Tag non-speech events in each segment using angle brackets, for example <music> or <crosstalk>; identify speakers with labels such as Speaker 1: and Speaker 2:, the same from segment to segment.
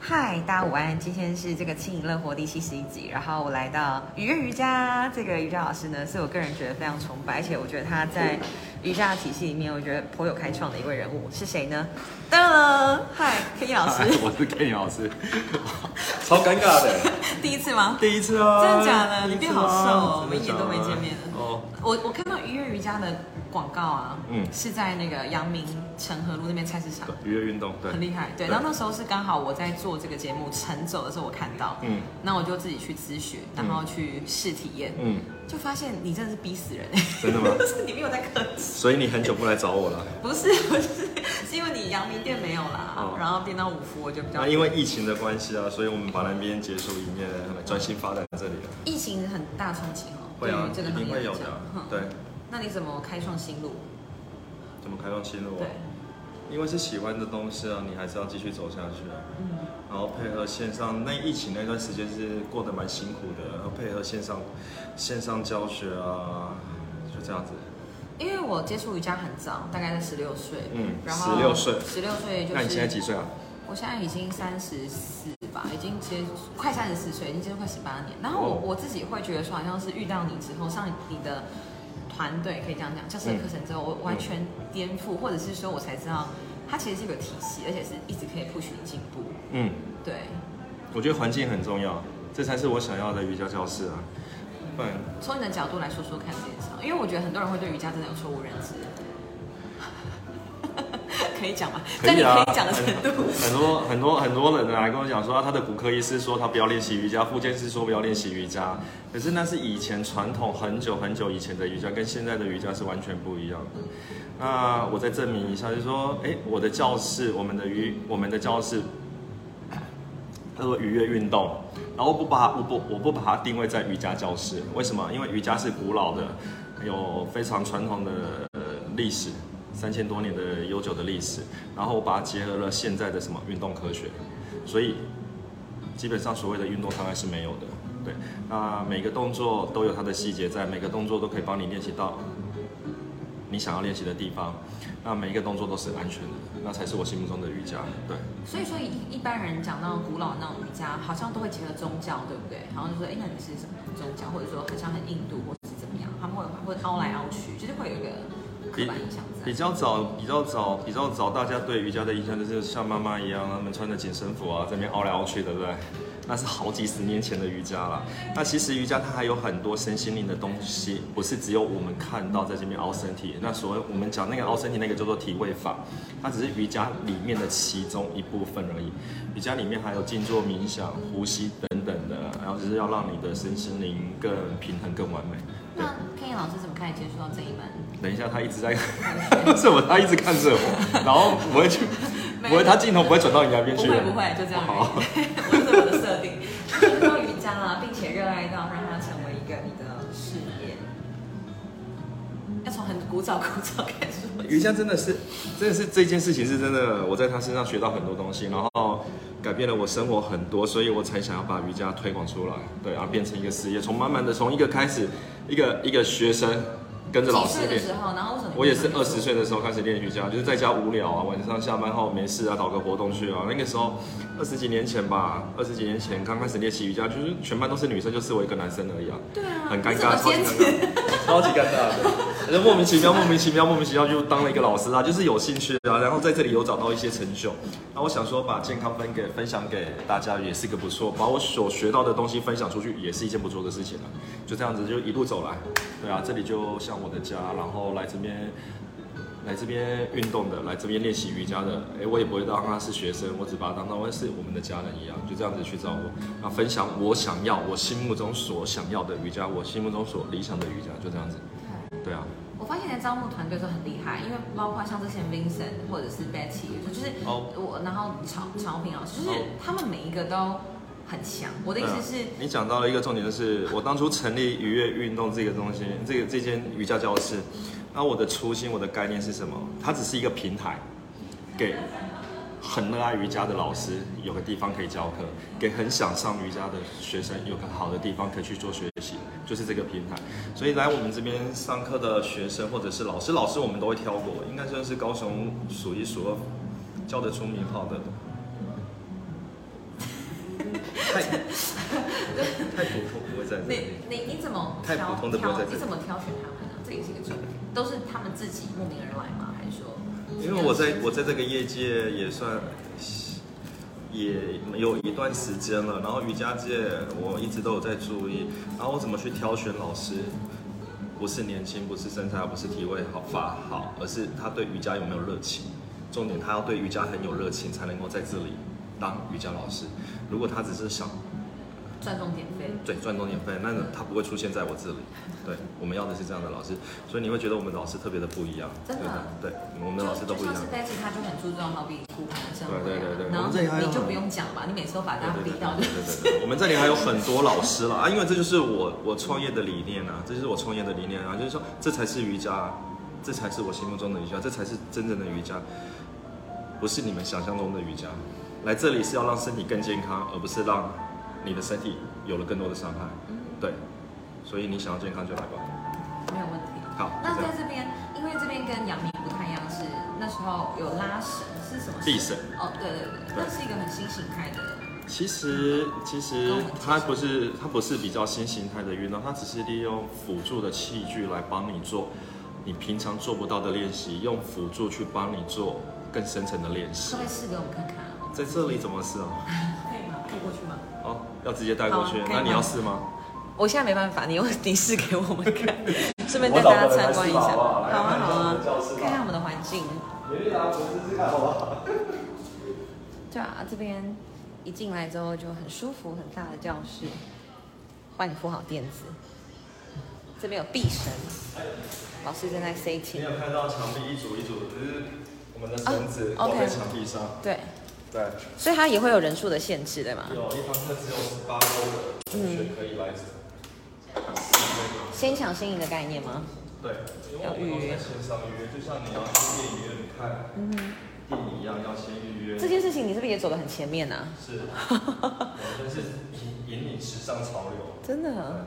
Speaker 1: 嗨，大家午安！今天是这个轻盈乐活第七十一集，然后我来到愉悦瑜伽这个瑜伽老师呢，是我个人觉得非常崇拜，而且我觉得他在瑜伽体系里面，我觉得颇有开创的一位人物是谁
Speaker 2: <laughs>
Speaker 1: 呢？当然，嗨，天意老师，
Speaker 2: 我是 Ken 老 <laughs> 师，超尴尬的，
Speaker 1: 第一次吗？
Speaker 2: 第一次啊，
Speaker 1: 真的假的？
Speaker 2: 第
Speaker 1: 你
Speaker 2: 一次
Speaker 1: 变
Speaker 2: 啊
Speaker 1: 好瘦哦，我们一
Speaker 2: 真
Speaker 1: 年
Speaker 2: 的假的
Speaker 1: 都没见面了。
Speaker 2: 哦，
Speaker 1: 我我看到愉悦瑜伽的广告啊，嗯
Speaker 2: 嗯，
Speaker 1: 是在那个阳明城河路那边菜市场
Speaker 2: 对，，娱乐运动，对，
Speaker 1: 很厉害。对，然后那时候是刚好我在做这个节目晨走的时候，我看到，嗯
Speaker 2: 嗯，
Speaker 1: 那我就自己去咨询，然后去试体验，
Speaker 2: 嗯，
Speaker 1: 就发现你真的是逼死人，
Speaker 2: 真的
Speaker 1: <laughs>
Speaker 2: 吗
Speaker 1: 就是你没有在客气，
Speaker 2: 所以你很久不来找我了，
Speaker 1: 不是不是，是因为你阳明店没有啦，
Speaker 2: 哦
Speaker 1: 然后变到五福我就比较
Speaker 2: 那。因为疫情的关系啊，所以我们把那边结束营业，专心发展这里了，
Speaker 1: 疫情很大冲击哦，
Speaker 2: 会啊
Speaker 1: 对于，这个
Speaker 2: 一
Speaker 1: 行
Speaker 2: 定
Speaker 1: 业
Speaker 2: 会
Speaker 1: 来
Speaker 2: 有
Speaker 1: 讲
Speaker 2: 的啊，
Speaker 1: 哼
Speaker 2: 对，
Speaker 1: 那你怎么开创新路？
Speaker 2: 怎么开创新路
Speaker 1: 对
Speaker 2: 啊？，因为是喜欢的东西啊，你还是要继续走下去啊。
Speaker 1: 嗯，
Speaker 2: 然后配合线上，那疫情那段时间是过得蛮辛苦的，然后配合线上线上教学啊，就这样子。
Speaker 1: 因为我接触瑜伽很早，大概在十六岁，
Speaker 2: 嗯
Speaker 1: 然后
Speaker 2: 16岁
Speaker 1: 十六岁就是。
Speaker 2: 那你现在几岁啊？
Speaker 1: 我现在已经三十四吧，已经接快三十四岁，已经接触快十八年。然后我、
Speaker 2: 哦
Speaker 1: 我自己会觉得说，好像是遇到你之后，上你的团队可以这样讲，教室的课程之后，我完全颠覆，或者是说我才知道，它其实是一个体系，而且是一直可以 push 你进步。
Speaker 2: 嗯，
Speaker 1: 对，
Speaker 2: 我觉得环境很重要，这才是我想要的瑜伽教室啊。不然，
Speaker 1: 从你的角度来说说看这件事啊，因为我觉得很多人会对瑜伽真的有错误认知。 <laughs> 可以讲吗？在你可以啊讲的程度，
Speaker 2: 啊很多很多很多人来跟我讲说，啊他的骨科医师说他不要练习瑜伽，复健师说不要练习瑜伽。可是那是以前传统很久很久以前的瑜伽，跟现在的瑜伽是完全不一样的。那我再证明一下，就是说，哎，我的教室，我们的瑜，我们的教室叫做愉悦运动，然后不把它我不我不把它定位在瑜伽教室，为什么？因为瑜伽是古老的，有非常传统的呃历史，三千多年的悠久的历史，然后我把它结合了现在的什么运动科学，所以基本上所谓的运动伤害是没有的。对，那每个动作都有它的细节在，每个动作都可以帮你练习到你想要练习的地方，那每一个动作都是安全的，那才是我心目中的瑜伽。对。
Speaker 1: 所以说一一般人讲到古老那种瑜伽，好像都会结合宗教，对不对？好像就说，哎，那你是什么宗教，或者说很像很印度，或者是怎么样？他们会会凹来凹去，就是会有一个刻板印象在
Speaker 2: 比。较早，比较早，比较早，大家对瑜伽的印象就是像妈妈一样，他们穿着紧身服啊，在那边凹来凹去的，对不对？那是好几十年前的瑜伽啦。那其实瑜伽它还有很多身心灵的东西，不是只有我们看到在这边凹身体。那所谓我们讲那个凹身体，那个叫做体位法，它只是瑜伽里面的其中一部分而已。瑜伽里面还有静坐、冥想、呼吸等等的，然后就是要让你的身心灵更平衡、更完美。对
Speaker 1: 那 K 老师怎么开始接触到这一门？
Speaker 2: 等一下，他一直在， <laughs> 为什么他一直看着
Speaker 1: <laughs>
Speaker 2: 我？然后不会去，不会，他镜头不会转到你那边
Speaker 1: 不
Speaker 2: 去。
Speaker 1: 会不会，就这样而
Speaker 2: 好，
Speaker 1: 已。我是我的设 <laughs> 定，接触到瑜伽啦，并且热爱到让它成为一个你的事业。要从很古早古早开始说起。
Speaker 2: 瑜伽真的是，真的是这件事情是真的，我在他身上学到很多东西，然后改变了我生活很多，所以我才想要把瑜伽推广出来，对，然后变成一个事业，从慢慢的从一个开始，一个一个学生跟着老
Speaker 1: 几
Speaker 2: 师
Speaker 1: 岁的
Speaker 2: 练。
Speaker 1: 时候，然后为什么你
Speaker 2: 我也是
Speaker 1: 会想
Speaker 2: 二
Speaker 1: 接触
Speaker 2: 十岁的时候开始练瑜伽，就是在家无聊啊，晚上下班后没事啊，找个活动去啊。那个时候二十几年前吧，二十几年前刚开始练习瑜伽，就是全班都是女生，就是我一个男生而已啊，
Speaker 1: 对啊，
Speaker 2: 很尴
Speaker 1: 你怎
Speaker 2: 尬，
Speaker 1: 么
Speaker 2: 超级
Speaker 1: 坚
Speaker 2: 尴
Speaker 1: 持
Speaker 2: 尬， <laughs> 超级尴尬的。就莫名其妙，莫名其妙，莫名其妙就当了一个老师啊，就是有兴趣啊，然后在这里有找到一些成就。那我想说，把健康分给分享给大家也是个不错，把我所学到的东西分享出去也是一件不错的事情啊。就这样子就一路走来，对啊，这里就像我的家，然后来这边。来这边运动的，来这边练习瑜伽的，哎，我也不会当他是学生，我只把他当当是我们的家人一样，就这样子去照顾，那分享我想要，我心目中所想要的瑜伽，我心目中所理想的瑜伽，就这样子，
Speaker 1: 嗯
Speaker 2: 对啊。
Speaker 1: 我发现你的招募团队都很厉害，因为包括像之前 Vincent 或者是 Betty，就是
Speaker 2: 哦
Speaker 1: 我，然后曹曹平老师，就是
Speaker 2: 哦
Speaker 1: 他们每一个都很强。我的意思是
Speaker 2: 嗯，你讲到了一个重点，就是我当初成立愉悦运动这个东西，这个这间瑜伽教室，那我的初心，我的概念是什么？它只是一个平台，给很热爱瑜伽的老师有个地方可以教课，给很想上瑜伽的学生有个好的地方可以去做学习，就是这个平台。所以来我们这边上课的学生或者是老师，老师我们都会挑过，应该算是高雄数一数二叫得出名号的。太太普通不会在这里
Speaker 3: 你。你你怎么
Speaker 2: 太
Speaker 3: 挑
Speaker 2: 普通的不会
Speaker 3: 挑
Speaker 2: 在这里
Speaker 3: 你怎么挑选他们呢？这也是一个重点，都是他们自己慕名而来吗？还是说？
Speaker 2: 因为我在我在这个业界也算也有一段时间了，然后瑜伽界我一直都有在注意，然后我怎么去挑选老师，不是年轻，不是身材好，不是体位好发好，而是他对瑜伽有没有热情，重点他要对瑜伽很有热情才能够在这里当瑜伽老师，如果他只是想
Speaker 3: 赚重点费，
Speaker 2: 对，赚多年费，那他不会出现在我这里。对，我们要的是这样的老师，所以你会觉得我们老师特别的不一样。
Speaker 3: 真的
Speaker 2: 对，对我们
Speaker 3: 就
Speaker 2: 老师都不
Speaker 3: 就
Speaker 2: 一
Speaker 3: 像
Speaker 2: 样
Speaker 3: 是。Betty，他就很注重好比骨盘的生活啊，
Speaker 2: 对对对对
Speaker 3: 然后
Speaker 2: 我们这里还有
Speaker 3: 你就不用讲了吧，你每次都把大
Speaker 2: 对
Speaker 3: 家
Speaker 2: 对
Speaker 3: 逼
Speaker 2: 对
Speaker 3: 到就
Speaker 2: 对对对对，我们这里还有很多老师了啊，因为这就是我我创业的理念啊，这就是我创业的理念啊，就是说这才是瑜伽啊，这才是我心目中的瑜伽，这才是真正的瑜伽，不是你们想象中的瑜伽。来这里是要让身体更健康，而不是让你的身体有了更多的伤害。对，所以你想要健康就来吧。
Speaker 3: 没有问题。
Speaker 2: 好，
Speaker 3: 那
Speaker 2: 就这样
Speaker 3: 在这边，因为这边跟阳明不太一样，是那时候有拉绳，是什么？
Speaker 2: 必绳。
Speaker 3: 哦，对对对，那是一个很新形态的。
Speaker 2: 其实，其实它不是它不是比较新形态的运动，它只是利用辅助的器具来帮你做你平常做不到的练习，用辅助去帮你做更深层的练习
Speaker 3: 稍。微试给我们看看啊，
Speaker 2: 在这里怎么试啊？
Speaker 3: 可以吗？可以过去吗？
Speaker 2: 哦，要直接带过去
Speaker 1: 好？可以
Speaker 2: 那你
Speaker 1: 吗
Speaker 2: 要试吗？
Speaker 1: 我现在没办法，你用你试给我们看，顺便带大家参观一下。好啊好啊，
Speaker 3: 看看我们的环境。
Speaker 2: 你去拿我试试看好不好？
Speaker 1: 对啊，这边一进来之后就很舒服，很大的教室，帮你铺好垫子。这边有壁绳，老师正在 setting
Speaker 2: 你。有看到墙壁一组一组，就是我们的绳子
Speaker 1: 啊
Speaker 2: 挂在
Speaker 1: OK
Speaker 2: 墙壁上。
Speaker 1: 对，
Speaker 2: 对，
Speaker 1: 所以它也会有人数的限制，对吗？
Speaker 2: 有一堂课只有十八周的同学可以来。
Speaker 1: 先抢先赢的概念吗？
Speaker 2: 对，因为我们都是在线上预约，嗯就像你要去电影院看电影一样，要先预约。
Speaker 1: 这件事情你是不是也走得很前面啊？
Speaker 2: 是，我们是引引领时尚潮流。
Speaker 1: 真的啊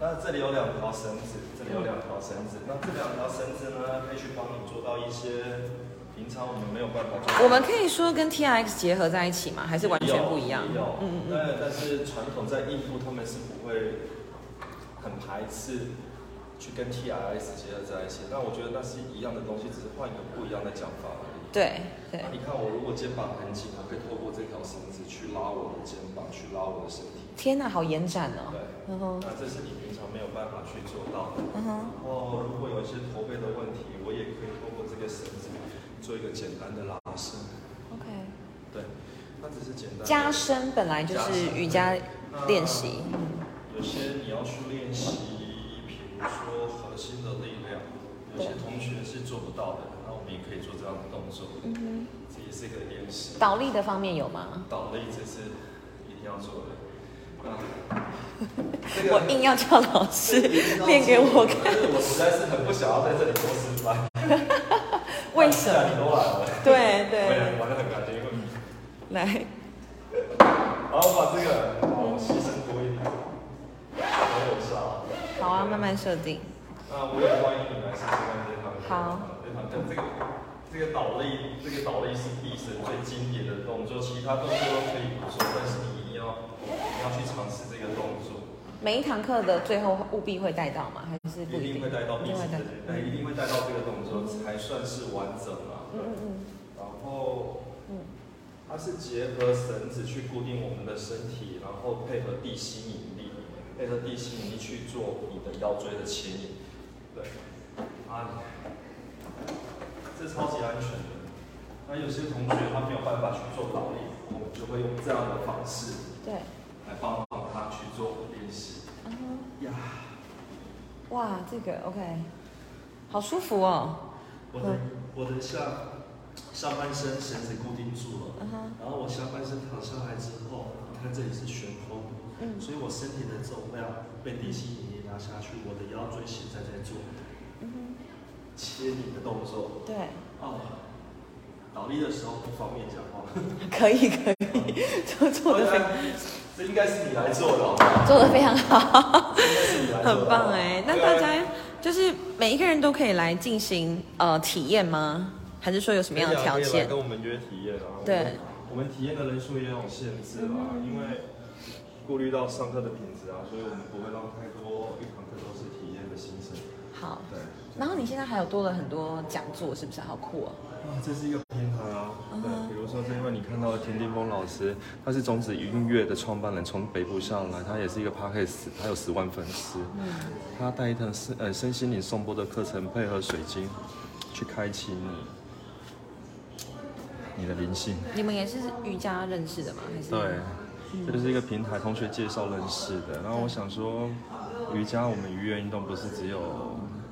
Speaker 2: 那这里有两条绳子，这里有两条绳子，那这两条绳子呢，可以去帮你做到一些平常我们没有办法做到的。
Speaker 1: 我们可以说跟 T R X 结合在一起吗？还是完全不一样？嗯
Speaker 2: 嗯嗯。但但是传统在印度他们是不会很排斥去跟 TRS 结合在一起，但我觉得那是一样的东西，只是换一个不一样的讲法而已。
Speaker 1: 对对
Speaker 2: 那你看我如果肩膀很紧，我可以透过这条绳子去拉我的肩膀，去拉我的身体。
Speaker 1: 天哪，好延展哦。
Speaker 2: 对，
Speaker 1: 嗯哼
Speaker 2: 那这是你平常没有办法去做到的。
Speaker 1: 嗯哼，
Speaker 2: 然后如果有一些驼背的问题，我也可以透过这个绳子做一个简单的拉伸。
Speaker 1: ，OK。
Speaker 2: 对，那只是简单的
Speaker 1: 加深本来就是瑜伽练习。
Speaker 2: 有些你要去练习，比如说核心的力量，有些同学是做不到的，那我们也可以做这样的动作，
Speaker 1: 嗯
Speaker 2: 这也是一个练习。
Speaker 1: 倒立的方面有吗？
Speaker 2: 倒立这是一定要做的。那这
Speaker 1: 我
Speaker 2: 个
Speaker 1: 硬要叫老 <laughs> 师练给我看，
Speaker 2: 但是我实在是很不想要在这里多失败。
Speaker 1: <laughs> 为什
Speaker 2: 既然你
Speaker 1: 么？
Speaker 2: 都来了，
Speaker 1: 对
Speaker 2: 我
Speaker 1: 对，
Speaker 2: 也玩的很开心。
Speaker 1: 来，
Speaker 2: 然后把这个，好，我牺牲多一点，很有效。
Speaker 1: 好啊，慢慢设定。
Speaker 2: 那啊我也欢迎你来试试看这堂课。
Speaker 1: 好，
Speaker 2: 这堂课这个这个倒立，这个倒立是臂神最经典的动作，其他动作都可以不做，但是你一定要你要去尝试这个动作，
Speaker 1: 每一堂课的最后务必会带到吗？还是不
Speaker 2: 一定会带到
Speaker 1: 一
Speaker 2: 臂
Speaker 1: 定会
Speaker 2: 神
Speaker 1: 带嗯
Speaker 2: 的
Speaker 1: 到。，
Speaker 2: 对，一定会带到这个动作才算是完整啊。
Speaker 1: 嗯嗯
Speaker 2: 然后
Speaker 1: 嗯
Speaker 2: 它是结合绳子去固定我们的身体，然后配合地吸引力，配合地吸引力去做你的腰椎的牵引。对，啊，这超级安全的。那有些同学他没有办法去做倒立，我们就会用这样的方式
Speaker 1: 嗯，对。
Speaker 2: 来帮帮他去做练习。
Speaker 1: 嗯哼
Speaker 2: 呀，
Speaker 1: 哇，这个 OK，好舒服哦。
Speaker 2: 我的我的下上半身绳子固定住了。
Speaker 1: 嗯哼，
Speaker 2: 然后我下半身躺下来之后，你看这里是悬空，
Speaker 1: 嗯
Speaker 2: 所以我身体的重量被地心引力拉下去，我的腰椎现在在做
Speaker 1: 嗯
Speaker 2: 切你的动作
Speaker 1: 哼，。对。
Speaker 2: 哦，倒立的时候不方便讲
Speaker 1: <laughs>
Speaker 2: 话。
Speaker 1: 可以可以，做做的非
Speaker 2: 这应该是你来做的好不好，
Speaker 1: 做的非常好，
Speaker 2: 这应该是你来做的
Speaker 1: 很棒哎。那
Speaker 2: 对啊
Speaker 1: 大家就是每一个人都可以来进行呃体验吗？还是说有什么样的条
Speaker 2: 可以啊可以来
Speaker 1: 件？
Speaker 2: 跟我们约体验啊。我们
Speaker 1: 对，
Speaker 2: 啊
Speaker 1: 嗯
Speaker 2: 我们体验的人数也有限制啦，因为顾虑到上课的品质啊，所以我们不会让太多一堂课都是体验的新生。
Speaker 1: 好。
Speaker 2: 对，
Speaker 1: 然后你现在还有多了很多讲座，是不是？好酷哦！
Speaker 2: 啊，这是一个天堂啊。对，比如说这一位你看到的田定峰老师，他是种子音乐的创办人，从北部上来，他也是一个 p a r k e s 他有十万粉丝。
Speaker 1: 嗯
Speaker 2: 他带一堂身呃身心灵颂钵的课程，配合水晶，去开启你你的灵性。
Speaker 1: 你们也是瑜伽认识的吗？还是
Speaker 2: 对，
Speaker 1: 嗯
Speaker 2: 这就是一个平台同学介绍认识的。然后我想说，瑜伽我们愉悦运动不是只有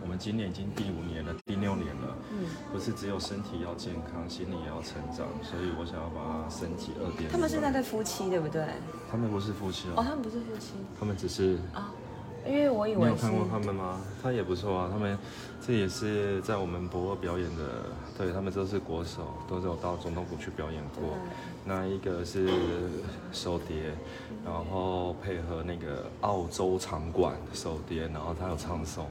Speaker 2: 我们今年已经第五年了，第六年了，
Speaker 1: 嗯
Speaker 2: 不是只有身体要健康，心理也要成长。所以我想要把身体二点。
Speaker 1: 他们是那对夫妻，对不对？
Speaker 2: 他们不是夫妻
Speaker 1: 哦，
Speaker 2: 哦，
Speaker 1: 他们不是夫妻
Speaker 2: 他们只是。
Speaker 1: 啊、因为我以
Speaker 2: 你
Speaker 1: 为
Speaker 2: 有
Speaker 1: 是
Speaker 2: 看过他们吗？他也不错啊，他们这也是在我们博尔表演的，对他们都是国手，都是有到总统府去表演过。
Speaker 1: 嗯
Speaker 2: 那一个是手碟，然后配合那个澳洲场馆手碟，然后他有唱诵。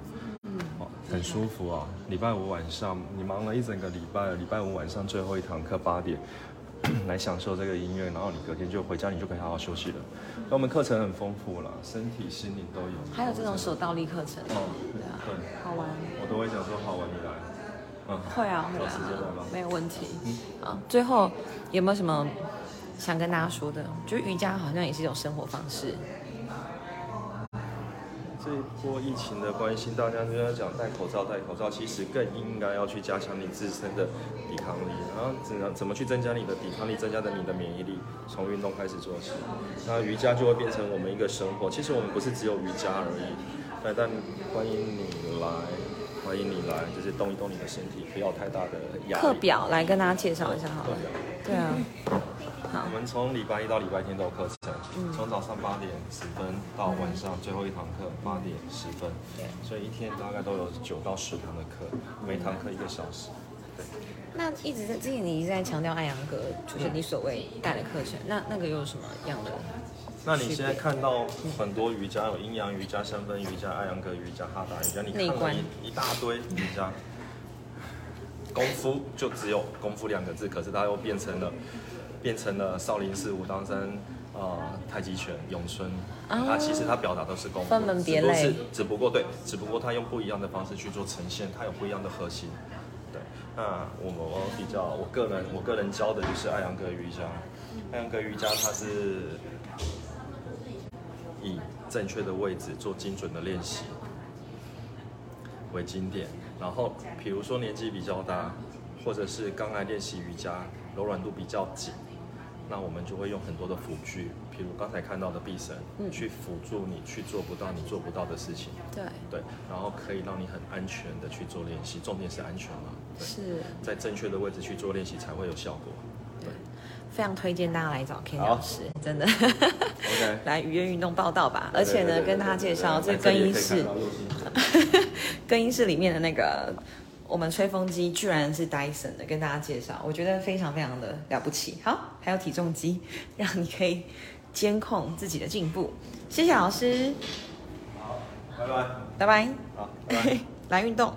Speaker 1: 嗯
Speaker 2: 哦很舒服啊！礼拜五晚上，你忙了一整个礼拜，礼拜五晚上最后一堂课八点 <coughs> 来享受这个音乐，然后你隔天就回家，你就可以好好休息了。那我们课程很丰富了，身体、心灵都有。
Speaker 1: 还有这种手倒立课程，
Speaker 2: 哦，
Speaker 1: 对啊，
Speaker 2: 对，
Speaker 1: 好玩。
Speaker 2: 我都会讲说好玩你来，嗯，
Speaker 1: 会啊，会
Speaker 2: 找时间来
Speaker 1: 啊
Speaker 2: 吧，嗯
Speaker 1: 没有问题。啊，最后有没有什么想跟大家说的？就是瑜伽好像也是一种生活方式，
Speaker 2: 这一波疫情的关系，大家都在讲戴口罩，戴口罩，其实更应该要去加强你自身的抵抗力，然后怎样怎么去增加你的抵抗力，增加的你的免疫力，从运动开始做起。那瑜伽就会变成我们一个生活，其实我们不是只有瑜伽而已，对，但欢迎你来，欢迎你来，就是动一动你的身体，不要太大的压力。
Speaker 1: 课表来跟大家介绍一下好
Speaker 2: 对
Speaker 1: 了。
Speaker 2: 啊
Speaker 1: 对啊，
Speaker 2: 我们从礼拜一到礼拜天都有课程，
Speaker 1: 嗯
Speaker 2: 从早上八点十分到晚上最后一堂课八点十分，所以一天大概都有九到十堂的课，每堂课一个小时。
Speaker 1: 嗯那一直在之前你一直在强调艾扬格，就是你所谓带的课程，那那个又有什么样的？
Speaker 2: 那你现在看到很多瑜伽有阴阳瑜伽、三分瑜伽、艾扬格瑜伽、哈达瑜伽，你
Speaker 1: 内
Speaker 2: 看了
Speaker 1: 观
Speaker 2: 一一大堆瑜伽，功夫就只有功夫两个字，可是它又变成了变成了少林寺、武当山。呃，太极拳、咏春，
Speaker 1: 哦
Speaker 2: 它、其实它表达都是功夫，
Speaker 1: 分门别类
Speaker 2: 只不过是只不过对，只不过它用不一样的方式去做呈现，它有不一样的核心。对，那我们我比较，我个人我个人教的就是艾扬格瑜伽。艾扬格瑜伽它是以正确的位置做精准的练习为经典。然后，比如说年纪比较大，或者是刚来练习瑜伽，柔软度比较紧，那我们就会用很多的辅具，比如刚才看到的臂绳，去辅助你去做不到你做不到的事情。
Speaker 1: 对，
Speaker 2: 对，然后可以让你很安全的去做练习，重点是安全嘛，对，
Speaker 1: 是
Speaker 2: 在正确的位置去做练习才会有效果。
Speaker 1: 非常推荐大家来找 Ken
Speaker 2: 好
Speaker 1: 老师，真的。
Speaker 2: OK，
Speaker 1: <laughs> 来愉悦运动报道吧，而且呢，跟大家介绍这更衣室， <laughs> 更衣室里面的那个我们吹风机居然是 Dyson 的，跟大家介绍，我觉得非常非常的了不起。好，还有体重机，让你可以监控自己的进步。谢谢老师，
Speaker 2: 拜拜，
Speaker 1: 拜拜，
Speaker 2: 好，拜拜。
Speaker 1: <laughs> 来运动。